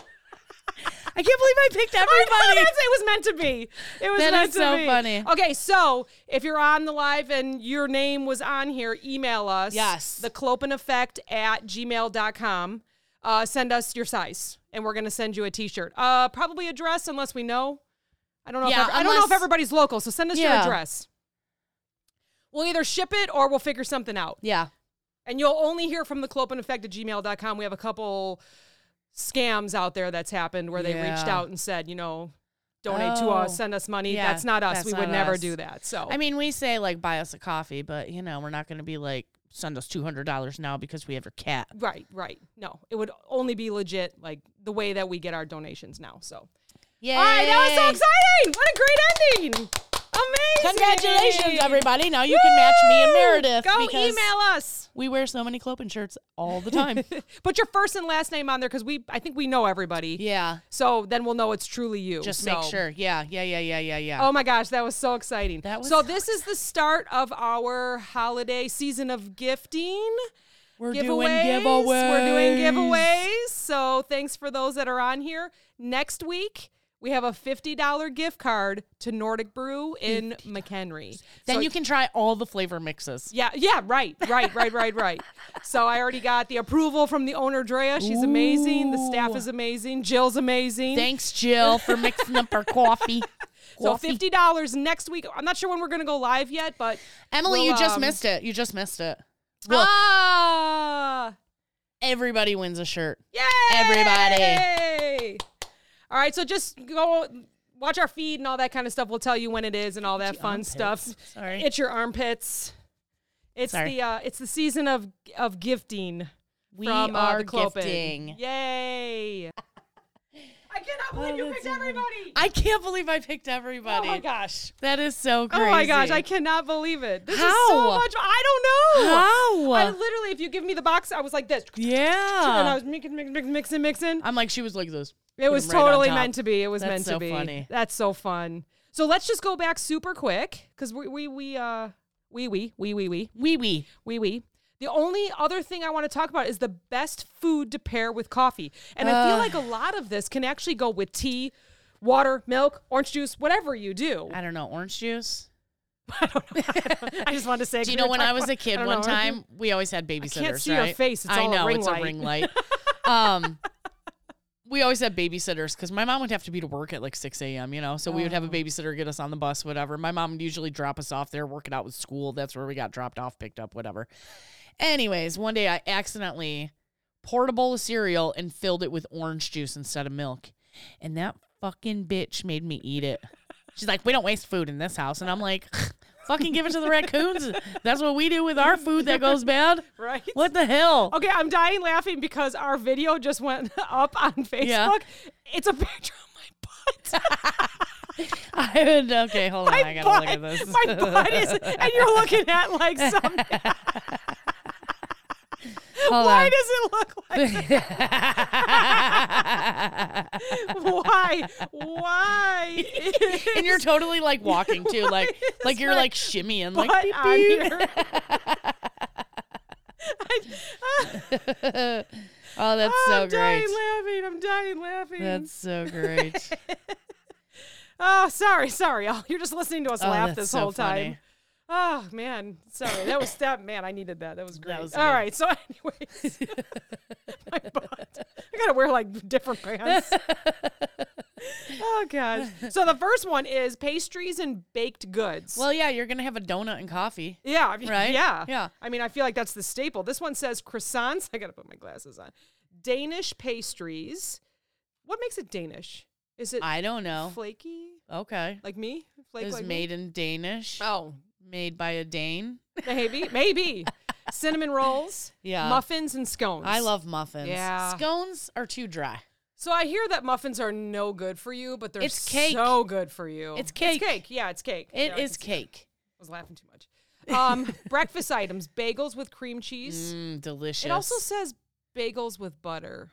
S2: I can't believe I picked
S1: I know,
S2: everybody.
S1: that's- it was meant to be. It was
S2: That
S1: meant
S2: is
S1: to
S2: so
S1: be.
S2: funny.
S1: Okay, so if you're on the live and your name was on here, email us.
S2: Yes.
S1: The Clopen Effect at gmail.com. Uh, send us your size, and we're going to send you a t shirt. Uh, probably a dress, unless we know. I don't know,
S2: Yeah,
S1: if, ev- I don't know if
S2: unless-
S1: everybody's local, so send us your
S2: Yeah.
S1: address. We'll either ship it or we'll figure something out.
S2: Yeah.
S1: And you'll only hear from the Clopen Effect at gmail.com. We have a couple scams out there that's happened where they reached
S2: Yeah.
S1: out and said, you know, donate to
S2: Oh.
S1: us, send us money.
S2: Yeah,
S1: that's not us.
S2: that's
S1: we would
S2: not
S1: never
S2: us.
S1: do that. So
S2: I mean, we say like buy us a coffee, but you know we're not going to be like send us two hundred dollars now because we have your cat.
S1: Right, right. No, it would only be legit, like the way that we get our donations now. So,
S2: Yeah.
S1: all right, that was so exciting! What a great ending! Amazing!
S2: Congratulations, everybody. Now you can match me and
S1: Woo!
S2: Meredith.
S1: Go
S2: because
S1: email us.
S2: We wear so many Clopen shirts all the time.
S1: Put your first and last name on there because we, I think we know everybody.
S2: yeah.
S1: So then we'll know it's truly you.
S2: Just
S1: so.
S2: make sure. Yeah. Yeah. Yeah. Yeah. Yeah. Yeah.
S1: Oh my gosh, that was so exciting.
S2: That was
S1: so
S2: so
S1: this is the start of our holiday season of gifting.
S2: We're
S1: giveaways. We're doing giveaways. So thanks for those that are on here. Next week, we have a $50 gift card to Nordic Brew in McHenry.
S2: Then
S1: So-
S2: you can try all the flavor mixes.
S1: yeah, yeah, right, right, right, right, right. So I already got the approval from the owner, Drea. She's amazing. The staff
S2: Ooh.
S1: is amazing. Jill's amazing.
S2: Thanks, Jill, for mixing up our coffee.
S1: so
S2: Coffee.
S1: fifty dollars next week. I'm not sure when we're gonna go live yet, but
S2: Emily,
S1: we'll,
S2: you just
S1: um,
S2: missed it. You just missed it. Well,
S1: ah,
S2: everybody wins a shirt.
S1: Yay!
S2: Everybody.
S1: All right, so just go watch our feed and all that kind of stuff. We'll tell you when it is and all that fun
S2: armpits.
S1: stuff.
S2: Sorry.
S1: It's your armpits. It's
S2: Sorry.
S1: the uh, it's the season of of gifting
S2: we
S1: from uh,
S2: are
S1: the Clopen.
S2: gifting.
S1: Yay! I cannot believe you
S2: Oh, that's
S1: picked
S2: so funny.
S1: everybody.
S2: I can't believe I picked
S1: Oh
S2: everybody.
S1: my gosh.
S2: That is so crazy.
S1: Oh my gosh, I cannot believe it. This is so
S2: How?
S1: much. I don't know.
S2: How?
S1: I literally, if you give me the box, I was like this. And I
S2: yeah.
S1: was mixing, mixing, mixing, mixing.
S2: I'm like, she was like this.
S1: It was totally meant to be. It was
S2: That's
S1: meant to
S2: so
S1: be.
S2: funny.
S1: That's so fun. So let's just go back super quick because we we we uh we we we we we
S2: Wee wee.
S1: we we. The only other thing I want to talk about is the best food to pair with coffee, and I feel
S2: Ugh.
S1: like a lot of this can actually go with tea, water, milk, orange juice, whatever you do.
S2: I don't know. Orange juice.
S1: I just wanted to say.
S2: Do you know when I was a kid,
S1: don't
S2: one
S1: know.
S2: time we always had babysitters.
S1: see your
S2: right?
S1: face. It's
S2: I
S1: all a
S2: know
S1: ring
S2: it's
S1: light.
S2: a ring light. um, we always had babysitters because my mom would have to be to work at like six a.m. You know, so we would
S1: Oh.
S2: have a babysitter get us on the bus, whatever. My mom would usually drop us off there, work it out with school. That's where we got dropped off, picked up, whatever. Anyways, one day I accidentally poured a bowl of cereal and filled it with orange juice instead of milk, and that fucking bitch made me eat it. She's like, we don't waste food in this house. And I'm like, fucking give it to the raccoons. That's what we do with our food that goes bad.
S1: right?
S2: What the hell?
S1: Okay, I'm dying laughing because our video just went up on Facebook.
S2: Yeah.
S1: It's a picture of my butt.
S2: I would, okay, hold on. I gotta look at
S1: butt-
S2: this.
S1: My butt is, and you're looking at like something.
S2: Hold
S1: Why
S2: on.
S1: does it look like? Why? Why?
S2: and you're totally like walking too, like like you're
S1: my
S2: like shimmying,
S1: butt
S2: like beep,
S1: on
S2: beep.
S1: here.
S2: Oh, that's
S1: Oh,
S2: so
S1: I'm dying
S2: great.
S1: laughing. I'm dying laughing.
S2: That's so great.
S1: Oh, sorry, sorry. Oh, you're just listening to us
S2: Oh,
S1: laugh
S2: that's
S1: this
S2: so
S1: whole time.
S2: funny.
S1: Oh man, sorry. That was that man. I needed that. That was great.
S2: was
S1: All
S2: good.
S1: right. So, anyways, my butt. I gotta wear like different pants. Oh gosh. So the first one is pastries and baked goods.
S2: Well, yeah, you're gonna have a donut and coffee.
S1: yeah, I mean,
S2: right?
S1: Yeah.
S2: Yeah.
S1: I mean, I feel like that's the staple. This one says croissants. I gotta put my glasses on. Danish pastries. What makes it Danish? Is it
S2: I don't know.
S1: flaky?
S2: Okay,
S1: Like me? Flake
S2: it was
S1: like me?
S2: made in Danish.
S1: Oh,
S2: Made by a Dane.
S1: maybe, maybe. Cinnamon rolls,
S2: Yeah.
S1: muffins, and scones.
S2: I love muffins.
S1: Yeah.
S2: Scones are too dry.
S1: So I hear that muffins are no good for you, but they're
S2: It's cake.
S1: so good for you.
S2: It's cake.
S1: It's cake. Yeah, it's cake.
S2: It
S1: Yeah, I
S2: is
S1: can see-
S2: cake.
S1: I was laughing too much. Um, breakfast items: bagels with cream cheese.
S2: Mm, delicious.
S1: It also says bagels with butter.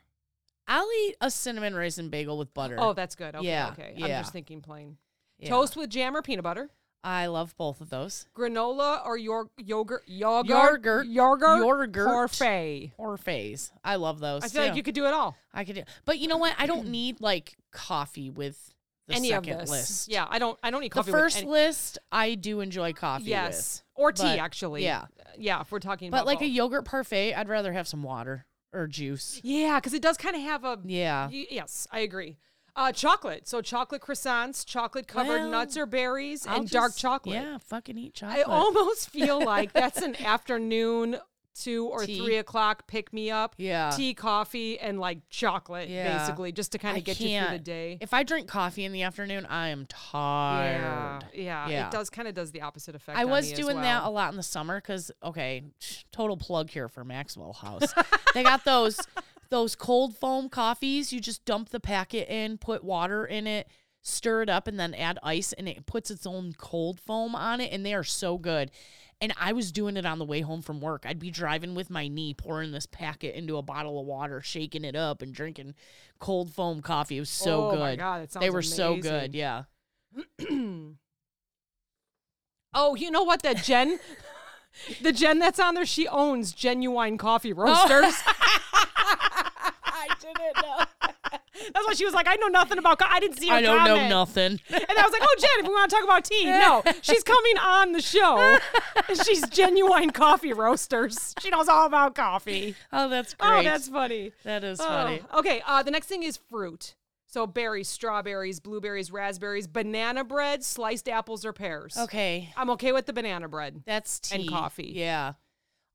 S2: I'll eat a cinnamon raisin bagel with butter.
S1: Oh, that's good. Okay,
S2: Yeah,
S1: okay. I'm
S2: yeah.
S1: just thinking plain.
S2: Yeah.
S1: Toast with jam or peanut butter.
S2: I love both of those.
S1: Granola or your, yogurt, yogurt,
S2: Yogurt.
S1: yogurt,
S2: Yogurt.
S1: parfait.
S2: Or phase. I love those.
S1: I feel
S2: too.
S1: like you could do it all.
S2: I could do. But you know what? I don't need like coffee with the
S1: any of
S2: second
S1: this.
S2: list.
S1: Yeah, I don't. I don't need
S2: The
S1: coffee. with
S2: first
S1: any-
S2: list, I do enjoy coffee
S1: yes,
S2: with.
S1: or tea
S2: but-
S1: actually.
S2: yeah.
S1: yeah. If we're talking
S2: But
S1: about
S2: like a
S1: both.
S2: yogurt parfait, I'd rather have some water or juice.
S1: yeah, because it does kind of have a
S2: Yeah.
S1: Y- yes, I agree. Uh, chocolate. So chocolate croissants, chocolate covered
S2: Well,
S1: nuts or berries,
S2: I'll
S1: and dark
S2: just-
S1: chocolate.
S2: Yeah, fucking eat
S1: I
S2: chocolate.
S1: almost feel like that's an afternoon two or
S2: Tea.
S1: three o'clock pick me up.
S2: Yeah.
S1: Tea, coffee, and like chocolate,
S2: Yeah.
S1: basically, just to kind
S2: I
S1: of get you through the
S2: can't.
S1: day.
S2: If I drink coffee in the afternoon, I am tired.
S1: yeah, yeah,
S2: Yeah.
S1: It does kind of does the opposite effect.
S2: I
S1: on
S2: was
S1: me as
S2: doing
S1: well.
S2: that a lot in the summer because okay, total plug here for Maxwell House. they got those those cold foam coffees. You just dump the packet in, put water in it, stir it up, and then add ice, and it puts its own cold foam on it, and they are so good. And I was doing it on the way home from work. I'd be driving with my knee, pouring this packet into a bottle of water, shaking it up, and drinking cold foam coffee. It was so
S1: Oh
S2: good.
S1: my God, that
S2: they
S1: sounds
S2: were so
S1: amazing.
S2: good. Yeah.
S1: Oh, you know what? That Jen, the Jen that's on there, she owns Genuine Coffee Roasters.
S2: I didn't know.
S1: That's why she was like, I know nothing about. Co- I didn't see. Her
S2: I don't know
S1: comment."
S2: nothing.
S1: And I was like, oh, Jen, if we want to talk about tea, no, she's coming on the show. She's genuine coffee roasters. She knows all about coffee.
S2: Oh, that's great.
S1: Oh, that's funny.
S2: that is funny.
S1: Oh, okay, uh, the next thing is fruit. So berries, strawberries, blueberries, raspberries, banana bread, sliced apples, or pears.
S2: Okay,
S1: I'm okay with the banana bread.
S2: that's tea
S1: And coffee. Hmm.
S2: Yeah,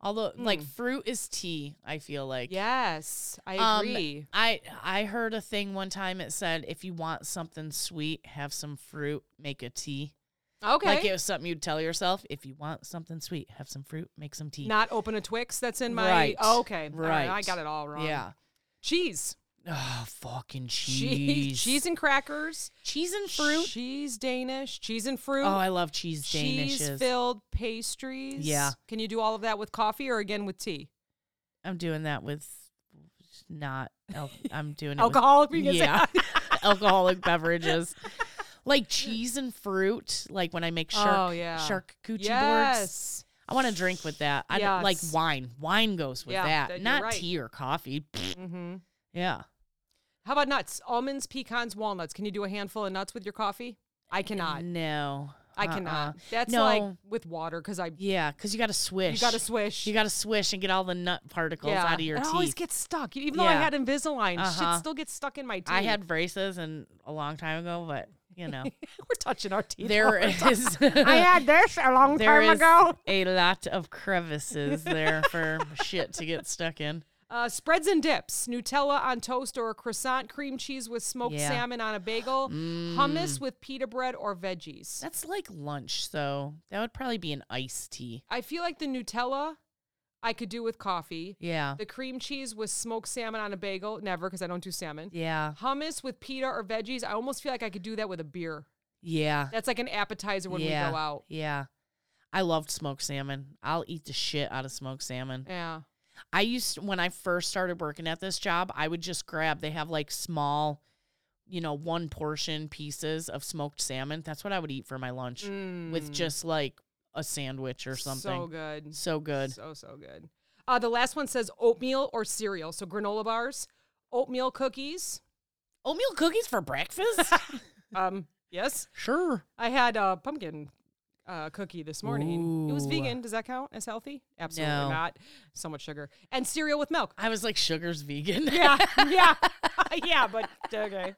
S2: although like fruit is tea. I feel like
S1: Yes, I
S2: Um,
S1: agree.
S2: I I heard a thing one time. It said if you want something sweet, have some fruit, make a tea.
S1: okay.
S2: Like it was something you'd tell yourself. If you want something sweet, have some fruit, make some tea.
S1: Not open a Twix that's in my.
S2: Right,
S1: Oh, okay. All
S2: right.
S1: I got it all wrong.
S2: yeah.
S1: Cheese.
S2: Oh, fucking cheese.
S1: Cheese. Cheese and crackers.
S2: cheese and fruit.
S1: Cheese Danish. Cheese and fruit.
S2: oh, I love cheese danishes.
S1: cheese-filled pastries.
S2: Yeah.
S1: Can you do all of that with coffee or again with tea?
S2: I'm doing that with not. Al- I'm doing it with-
S1: Alcohol. if you can say-
S2: yeah, alcoholic beverages. Like cheese and fruit, like when I make shark
S1: Oh, yeah.
S2: shark coochie boards,
S1: Yes.
S2: I want to drink with that. I don't like
S1: Yes.
S2: wine. Wine goes with
S1: Yeah, that-
S2: that,
S1: you're
S2: not
S1: right.
S2: tea or coffee. Pfft,
S1: hmm
S2: yeah,
S1: How about nuts? Almonds, pecans, walnuts. Can you do a handful of nuts with your coffee? I cannot.
S2: no,
S1: I
S2: Uh-uh.
S1: cannot. That's
S2: No.
S1: like with water because I
S2: Yeah, because you got to swish.
S1: you got to swish.
S2: You got to swish and get all the nut particles out of your
S1: it
S2: teeth.
S1: always gets stuck. Even though I
S2: Yeah.
S1: had Invisalign,
S2: Uh-huh.
S1: shit still gets stuck in my teeth.
S2: I had braces and a long time ago, but you know,
S1: We're touching our teeth.
S2: there
S1: all the time.
S2: is.
S1: I had this a long
S2: There
S1: time
S2: is
S1: ago.
S2: a lot of crevices there for shit to get stuck in.
S1: Uh, spreads and dips: Nutella on toast or a croissant, cream cheese with smoked
S2: Yeah.
S1: salmon on a bagel, hummus with pita bread or veggies.
S2: Mm, That's like lunch, so that would probably be an iced tea.
S1: I feel like the Nutella I could do with coffee.
S2: Yeah.
S1: The cream cheese with smoked salmon on a bagel, never because I don't do salmon.
S2: Yeah.
S1: Hummus with pita or veggies. I almost feel like I could do that with a beer.
S2: Yeah.
S1: That's like an appetizer when
S2: yeah.
S1: we go out.
S2: Yeah. I loved smoked salmon. I'll eat the shit out of smoked salmon.
S1: Yeah.
S2: I used when I first started working at this job, I would just grab they have like small, you know, one portion pieces of smoked salmon. That's what I would eat for my lunch with
S1: Mm.
S2: just like a sandwich or something.
S1: So good.
S2: So good.
S1: So so good. Uh, the last one says oatmeal or cereal. So granola bars, oatmeal cookies.
S2: Oatmeal cookies for breakfast?
S1: Um, yes.
S2: sure.
S1: I had a pumpkin uh, cookie this morning. It was
S2: Ooh.
S1: vegan. Does that count as healthy? Absolutely
S2: No.
S1: not. So much sugar and cereal with milk.
S2: I was like, sugar's vegan.
S1: Yeah, yeah, yeah. But okay.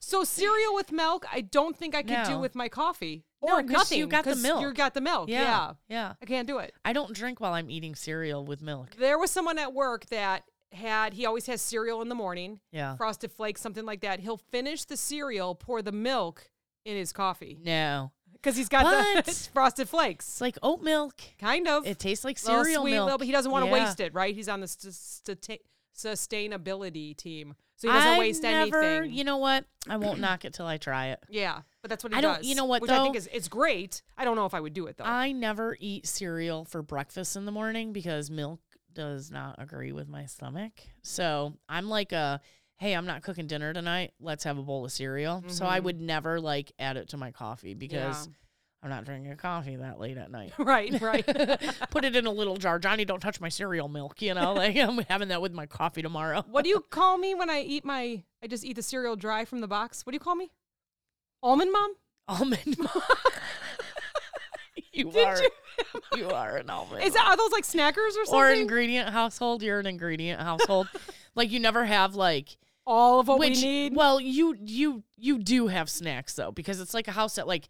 S1: So cereal with milk, I don't think I could do
S2: No.
S1: with my coffee
S2: No,
S1: or
S2: 'cause you
S1: nothing.
S2: got the
S1: 'cause You
S2: milk.
S1: got the milk. Yeah.
S2: yeah. Yeah.
S1: I can't do it.
S2: I don't drink while I'm eating cereal with milk.
S1: There was someone at work that had he always has cereal in the morning,
S2: Yeah.
S1: frosted flakes, something like that. He'll finish the cereal, pour the milk in his coffee
S2: No.
S1: because he's got the
S2: Mm. What?
S1: frosted flakes.
S2: It's like oat milk.
S1: Kind of
S2: It tastes like
S1: Little
S2: cereal
S1: sweet,
S2: milk.
S1: little- but he doesn't want to
S2: Yeah.
S1: waste it. Right? He's on the st- st- sustainability team, so he doesn't
S2: I
S1: waste
S2: never,
S1: anything.
S2: You know what? I won't knock it till I try it.
S1: yeah, but that's what he
S2: I don't-
S1: does.
S2: you know what,
S1: Which I think
S2: though?
S1: is it's great. I don't know if I would do it though.
S2: I never eat cereal for breakfast in the morning because milk does not agree with my stomach. So I'm like a hey, I'm not cooking dinner tonight. Let's have a bowl of cereal. So I
S1: Mhm.
S2: would never like add it to my coffee
S1: Yeah.
S2: because I'm not drinking coffee that late at night.
S1: right, right.
S2: Put it in a little jar. Johnny, don't touch my cereal milk, you know? Like I'm having that with my coffee tomorrow.
S1: What do you call me when I eat my? I just eat the cereal dry from the box. What do you call me? Almond mom.
S2: almond milk. you
S1: Did
S2: are you are an almond.
S1: Is that, are those like snackers or something?
S2: or ingredient household. You're an ingredient household. like you never have like
S1: All of what
S2: which
S1: we need.
S2: well you you you do have snacks though because it's like a house that like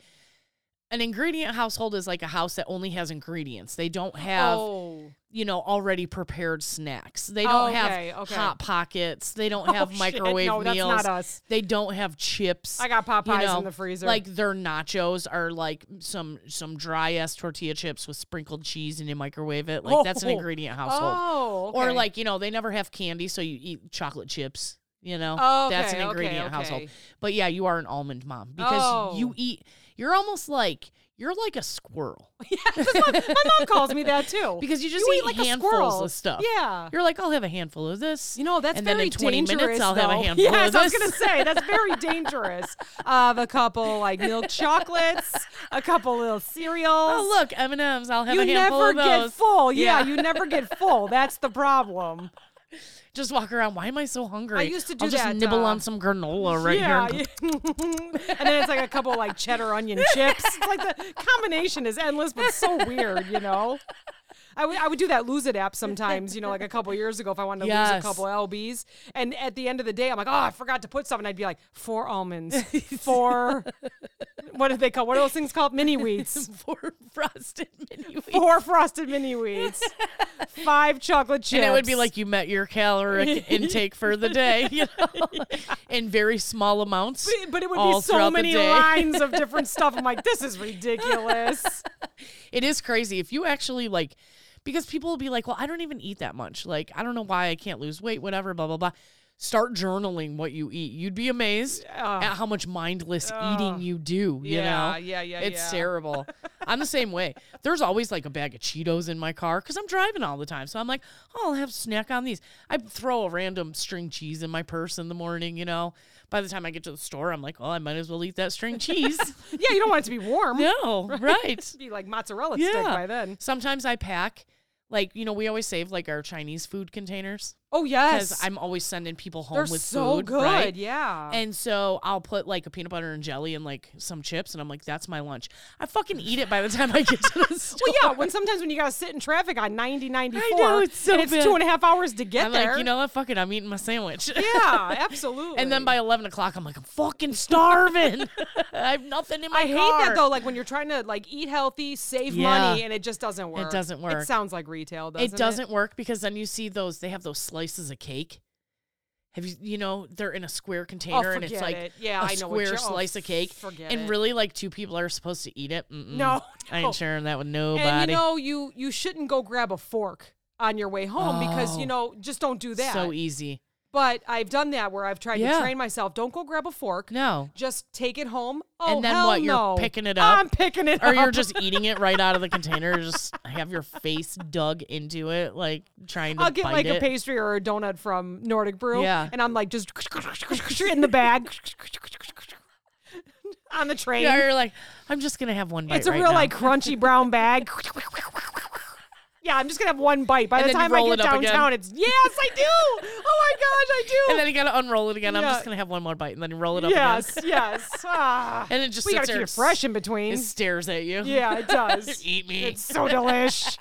S2: an ingredient household is like a house that only has ingredients. They don't have
S1: oh,
S2: you know already prepared snacks. They don't
S1: Okay,
S2: have
S1: okay. Oh,
S2: hot pockets. They don't have
S1: shit.
S2: microwave
S1: No, that's
S2: meals.
S1: not us.
S2: They don't have chips.
S1: I got Popeyes
S2: you know,
S1: in the freezer.
S2: Like their nachos are like some some dry ass tortilla chips with sprinkled cheese and you microwave it. Like that's an
S1: Oh.
S2: ingredient household.
S1: oh,
S2: Or
S1: okay.
S2: like, you know, they never have candy, so you eat chocolate chips. You know,
S1: Oh,
S2: that's an
S1: okay,
S2: ingredient
S1: okay,
S2: household.
S1: okay.
S2: But yeah, you are an almond mom because you
S1: Oh.
S2: eat. You're almost like you're like a squirrel
S1: my mom calls me that too
S2: because you just
S1: You
S2: eat,
S1: eat like a
S2: handfuls
S1: squirrel.
S2: of stuff.
S1: Yeah.
S2: you're like I'll have a handful of this.
S1: You know that's
S2: and
S1: very
S2: then in 20
S1: dangerous.
S2: minutes I'll have a
S1: though.
S2: handful
S1: Yes,
S2: of this.
S1: I was gonna say that's very dangerous. Of a couple like milk chocolates, a couple little cereals.
S2: Oh look, M and M's. I'll have
S1: you
S2: a handful
S1: never
S2: of those.
S1: get full. Yeah,
S2: Yeah.
S1: you never get full. That's the problem.
S2: just walk around. Why am I so hungry?
S1: I used to do
S2: I'll just
S1: that,
S2: nibble
S1: uh,
S2: on some granola right
S1: yeah,
S2: here.
S1: yeah. and then it's like a couple like cheddar onion chips. It's like the combination is endless, but so weird, you know. I would I would do that lose it app sometimes, you know, like a couple years ago if I wanted to lose a
S2: Yes.
S1: couple lbs, and at the end of the day I'm like, oh, I forgot to put something. I'd be like, four almonds, four. what do they call? What are those things called? Mini wheats.
S2: for frosted mini wheats.
S1: Four frosted mini wheats, five chocolate chips.
S2: And it would be like you met your caloric intake for the day, you know, in very small amounts.
S1: But- but it would
S2: all
S1: be so
S2: throughout the
S1: many
S2: day.
S1: lines of different stuff. I'm like, this is ridiculous.
S2: It is crazy if you actually like, because people will be like, "Well, I don't even eat that much. Like, I don't know why I can't lose weight. Whatever, blah blah blah." Start journaling what you eat. You'd be amazed
S1: Ugh.
S2: at how much mindless eating you do. You
S1: Yeah,
S2: know,
S1: yeah, yeah,
S2: It's
S1: yeah.
S2: terrible. I'm the same way. There's always like a bag of Cheetos in my car because I'm driving all the time. So I'm like, oh, I'll have a snack on these. I throw a random string cheese in my purse in the morning. You know, by the time I get to the store, I'm like, oh, I might as well eat that string cheese.
S1: Yeah, you don't want it to be warm.
S2: no, right?
S1: It'd be like mozzarella stick by then.
S2: Sometimes I pack, like, you know, we always save like our Chinese food containers
S1: Oh
S2: because
S1: yes,
S2: I'm always sending people home
S1: they're
S2: with
S1: so
S2: food.
S1: good.
S2: right?
S1: Yeah,
S2: And so I'll put like a peanut butter and jelly and like some chips, and I'm like, that's my lunch. I fucking eat it by the time I get to the store.
S1: well, yeah. When sometimes when you gotta sit in traffic on 90, 94,
S2: it's so
S1: and it's
S2: bad.
S1: two and a half hours to get
S2: I'm
S1: there.
S2: like, you know what? Fuck it. I'm eating my sandwich.
S1: yeah, absolutely.
S2: and then by 11 o'clock, I'm like, I'm fucking starving. I have nothing in my
S1: I hate that though. Like when you're trying to like eat healthy, save money,
S2: Yeah.
S1: and it just doesn't work.
S2: doesn't work.
S1: It sounds like retail, doesn't
S2: It
S1: it?
S2: doesn't work because then you see those, they have those slices of cake. Have you, you know, they're in a square container and it's
S1: Oh, forget
S2: like
S1: it. Yeah,
S2: a
S1: I know what
S2: square
S1: you're- oh,
S2: slice of cake.
S1: forget
S2: and
S1: it.
S2: really, like, two people are supposed to eat it. Mm-mm.
S1: No,
S2: I
S1: no.
S2: ain't sharing that with nobody.
S1: And you know, you you shouldn't go grab a fork on your way home because you
S2: Oh.
S1: know just don't do that.
S2: So easy.
S1: But I've done that where I've tried
S2: Yeah.
S1: to train myself. Don't go grab a fork.
S2: No.
S1: Just take it home. Oh,
S2: And then
S1: hell
S2: what, you're
S1: no.
S2: picking it up?
S1: I'm picking it
S2: or
S1: up.
S2: you're just eating it right out of the container. Just have your face dug into it, like trying to
S1: I'll get
S2: bite
S1: like
S2: it.
S1: a pastry or a donut from Nordic Brew.
S2: Yeah.
S1: And I'm like just in the bag on the train.
S2: Yeah, you're like, I'm just gonna have one bite.
S1: it's a
S2: right
S1: real
S2: now.
S1: like crunchy brown bag. yeah, I'm just gonna have one bite. By
S2: And
S1: the
S2: then you
S1: time I
S2: roll
S1: get
S2: it up again.
S1: downtown, it's yes, I do. Oh my gosh, I do.
S2: And then you gotta unroll it again. I'm
S1: Yeah.
S2: just gonna have one more bite, and then you roll it up
S1: yes,
S2: again.
S1: yes. Ah.
S2: And it just
S1: we
S2: sits
S1: gotta
S2: there
S1: keep
S2: and
S1: it fresh in between.
S2: It stares at you.
S1: Yeah, it does.
S2: Eat me.
S1: It's so delish.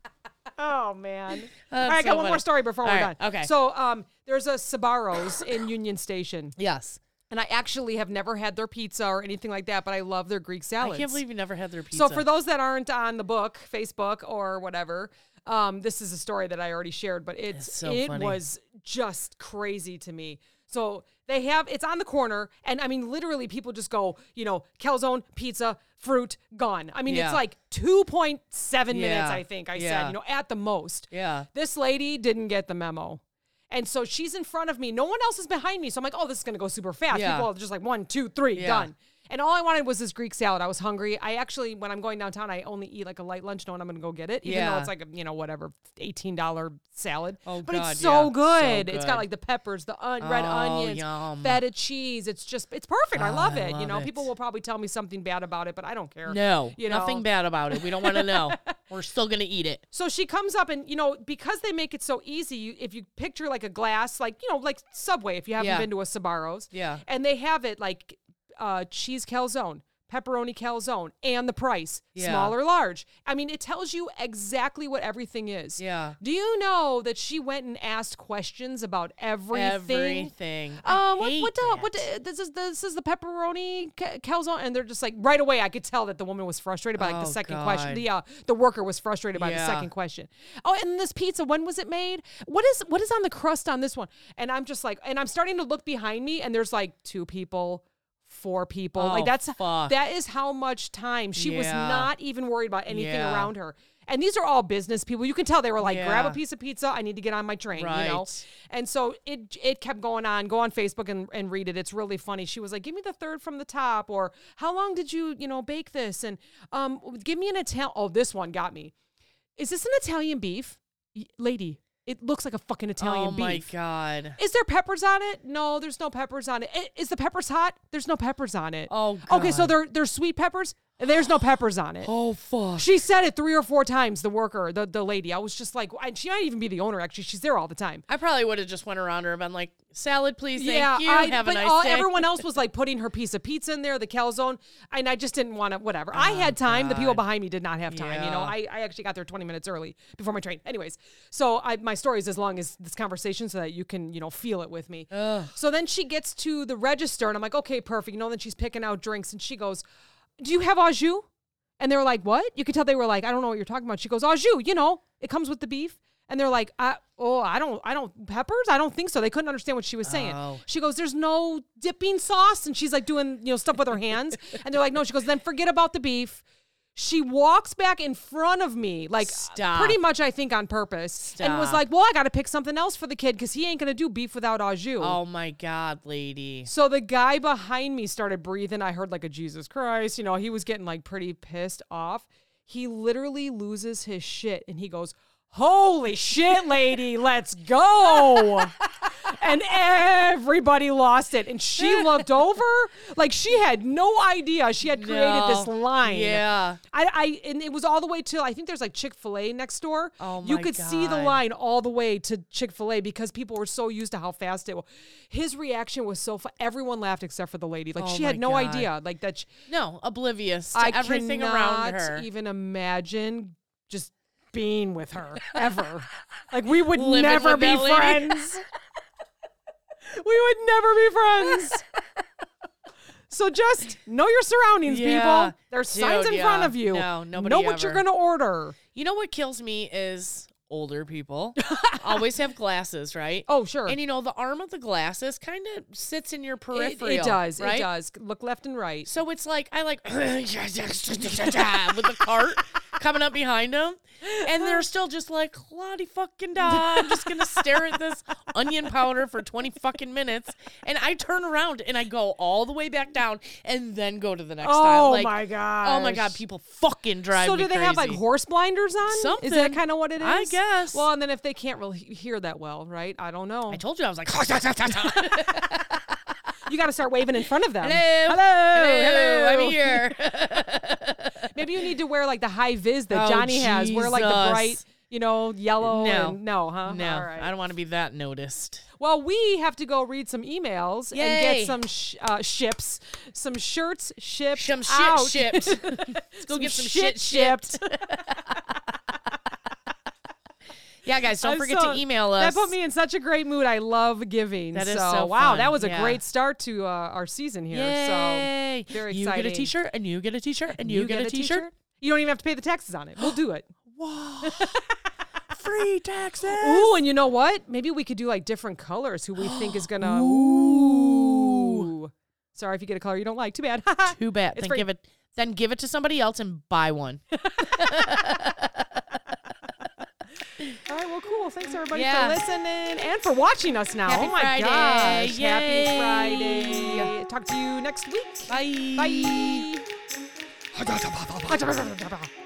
S1: oh man.
S2: Oh,
S1: All
S2: it's
S1: right, I got
S2: so
S1: one more
S2: funny.
S1: story before
S2: All
S1: we're
S2: right,
S1: done.
S2: okay.
S1: So um there's a Sabaros in Union Station.
S2: Yes.
S1: And I actually have never had their pizza or anything like that, but I love their Greek
S2: I
S1: salads.
S2: can't believe you never had their pizza.
S1: So for those that aren't on the book, Facebook or whatever, um, this is a story that I already shared, but it's
S2: so
S1: it
S2: funny.
S1: was just crazy to me. So they have it's on the corner, and I mean literally people just go, you know, calzone, pizza, fruit, gone. I mean
S2: Yeah.
S1: it's like two point seven minutes,
S2: Yeah.
S1: I think I said,
S2: Yeah.
S1: you know, at the most.
S2: yeah,
S1: This lady didn't get the memo. And so she's in front of me. No one else is behind me. So I'm like, oh, this is going to go super fast.
S2: Yeah.
S1: People are just like, one, two, three,
S2: Yeah.
S1: done. And all I wanted was this Greek salad. I was hungry. I actually, when I'm going downtown, I only eat like a light lunch knowing I'm going to go get it. Even though
S2: Yeah.
S1: it's like, a, you know, whatever, $18 salad.
S2: Oh,
S1: but
S2: God,
S1: it's so,
S2: yeah. So
S1: good. It's got
S2: good.
S1: like the peppers, the un- red
S2: Oh,
S1: onions,
S2: yum.
S1: feta cheese. It's just, it's perfect. I
S2: Oh,
S1: love
S2: I
S1: it. you
S2: love
S1: know,
S2: it.
S1: people will probably tell me something bad about it, but I don't care.
S2: no,
S1: You
S2: nothing
S1: know.
S2: bad about it. We don't want to know. We're still gonna eat it.
S1: So she comes up and you know because they make it so easy, you, if you picture like a glass, like you know, like Subway, if you haven't
S2: Yeah.
S1: been to a Sabaros,
S2: Yeah.
S1: and they have it like uh, cheese calzone, pepperoni calzone, and the price,
S2: Yeah.
S1: small or large. I mean, it tells you exactly what everything is.
S2: Yeah.
S1: Do you know that she went and asked questions about everything?
S2: Everything. I
S1: Uh, what
S2: hate
S1: what the,
S2: that.
S1: what the, uh, this is this is the pepperoni ca- calzone and they're just like right away I could tell that the woman was frustrated by like the
S2: Oh,
S1: second question
S2: God.
S1: the uh, the worker was frustrated by the
S2: Yeah.
S1: second question oh and this pizza when was it made what is what is on the crust on this one and I'm just like and I'm starting to look behind me and there's like two people four people like
S2: Oh,
S1: that's
S2: fuck.
S1: that is how much time she was
S2: Yeah.
S1: not even worried about anything
S2: Yeah.
S1: around her and these are all business people you can tell they were like grab a
S2: Yeah.
S1: piece of pizza I need to get on my train you know
S2: Right.
S1: and so it it kept going on. Go on Facebook and, and read it. It's really funny. She was like, "Give me the third from the top," or "How long did you you know bake this?" And um, give me an Italian. Oh, this one got me. Is this an Italian beef, Y- lady? It looks like a fucking Italian
S2: Oh my
S1: beef.
S2: god.
S1: Is there peppers on it? No, there's no peppers on it. I- Is the peppers hot? There's no peppers on it.
S2: Oh,
S1: okay. So
S2: God.
S1: they're they're sweet peppers. There's no peppers on it.
S2: Oh fuck.
S1: She said it three or four times. The worker, the the lady. I was just like, and she might even be the owner. Actually, she's there all the time.
S2: I probably would have just went around her and been like, "Salad, please, thank you.
S1: I,
S2: have
S1: but
S2: a nice
S1: all,
S2: day."
S1: everyone else was like putting her piece of pizza in there, the calzone, and I just didn't want to. Whatever. I had time. The people behind me did not have time. You know,
S2: Oh, Yeah.
S1: I, I actually got there 20 minutes early before my train. Anyways, so I, my story is as long as this conversation, so that you can you know feel it with me. So then she gets to the register, and I'm like, okay, perfect. You know, then she's picking out drinks, and she goes, "Do you have au jus?" And they were like, "What?" You could tell they were like, "I don't know what you're talking about." She goes, "Au jus, you know, it comes with the beef." And they're like, I, "Oh, I don't, I don't peppers. I don't think so." They couldn't understand what she was saying.
S2: Oh.
S1: She goes, "There's no dipping sauce," and she's like doing, you know, stuff with her hands. and they're like, "No." She goes, "Then forget about the beef." She walks back in front of me, like
S2: Stop.
S1: pretty much, I think, on purpose, and was
S2: Stop.
S1: like, "Well, I got to pick something else for the kid because he ain't gonna do beef without au jus."
S2: oh my god, lady.
S1: So the guy behind me started breathing. I heard like a Jesus Christ. You know, he was getting like pretty pissed off. He literally loses his shit and he goes, Holy shit, lady, let's go. and everybody lost it. And she looked over like she had no idea she had created this
S2: No.
S1: line.
S2: Yeah.
S1: I, I and it was all the way to I think there's like Chick Fil A next door.
S2: Oh
S1: You
S2: my
S1: could see the
S2: God.
S1: line all the way to Chick Fil A because people were so used to how fast it was. His reaction was so fu- everyone laughed except for the lady. Like
S2: Oh
S1: she had
S2: my
S1: no
S2: God.
S1: idea. Like that. She,
S2: No, oblivious to
S1: I
S2: everything
S1: cannot
S2: around her.
S1: even imagine just being with her ever. like we would
S2: Living
S1: never
S2: with
S1: be
S2: that lady.
S1: friends. we would never be friends. So just know your surroundings,
S2: Yeah.
S1: people. There's signs in
S2: Dude,
S1: front
S2: yeah.
S1: of you.
S2: No, nobody
S1: know what you're
S2: ever.
S1: gonna order.
S2: You know what kills me is older people always have glasses, right?
S1: Oh, sure.
S2: And you know the arm of the glasses kind of sits in your
S1: It,
S2: peripheral.
S1: it does.
S2: Right?
S1: It does. Look left and right.
S2: So it's like I like with the cart coming up behind them, and they're still just like lottie fucking da. I'm just gonna stare at this onion powder for twenty fucking minutes, and I turn around and I go all the way back down, and then go to the next aisle.
S1: Oh
S2: Like,
S1: my
S2: Oh my god!
S1: gosh.
S2: People fucking drive.
S1: So
S2: me
S1: do they have like
S2: crazy.
S1: horse blinders on? Is that
S2: Something.
S1: kind of what it is?
S2: I guess.
S1: Well, and then if they can't really he- hear that well, right? I don't know.
S2: I told you I was like.
S1: you got to start waving in front of them.
S2: Hello.
S1: Hello.
S2: Hello, I'm here.
S1: Maybe you need to wear like the high viz that
S2: Oh,
S1: Johnny has. Wear like the
S2: Jesus.
S1: bright, you know, yellow.
S2: No.
S1: and- no, huh?
S2: No,
S1: All right.
S2: I don't want to be that noticed.
S1: Well, we have to go read some emails and
S2: Yay.
S1: get some sh- uh, ships, some shirts shipped
S2: Some shit
S1: out.
S2: shipped. Let's go get some shit, shipped. Yeah, guys, don't
S1: I'm
S2: forget
S1: so-
S2: to email us.
S1: That put me in such a great mood. I love giving.
S2: That is
S1: so,
S2: so
S1: wow,
S2: fun.
S1: that was a
S2: Yeah.
S1: great start to uh, our season here.
S2: Yay!
S1: So very
S2: you
S1: exciting.
S2: get a T-shirt, and you get a T-shirt, and you, get, a T-shirt.
S1: You don't even have to pay the taxes on it. We'll do it.
S2: Whoa! Free taxes.
S1: Ooh, and you know what? Maybe we could do like different colors. Who we think is gonna?
S2: Ooh.
S1: Ooh. Sorry if you get a color you don't like. Too bad.
S2: Too bad.
S1: It's
S2: then
S1: free.
S2: give it. Then give it to somebody else and buy one.
S1: All right. Well, cool. Thanks everybody for
S2: Yeah.
S1: listening and for watching us now.
S2: Happy
S1: oh my
S2: Friday.
S1: gosh!
S2: Yay.
S1: Happy Friday. Talk to you next week.
S2: Bye.
S1: Bye.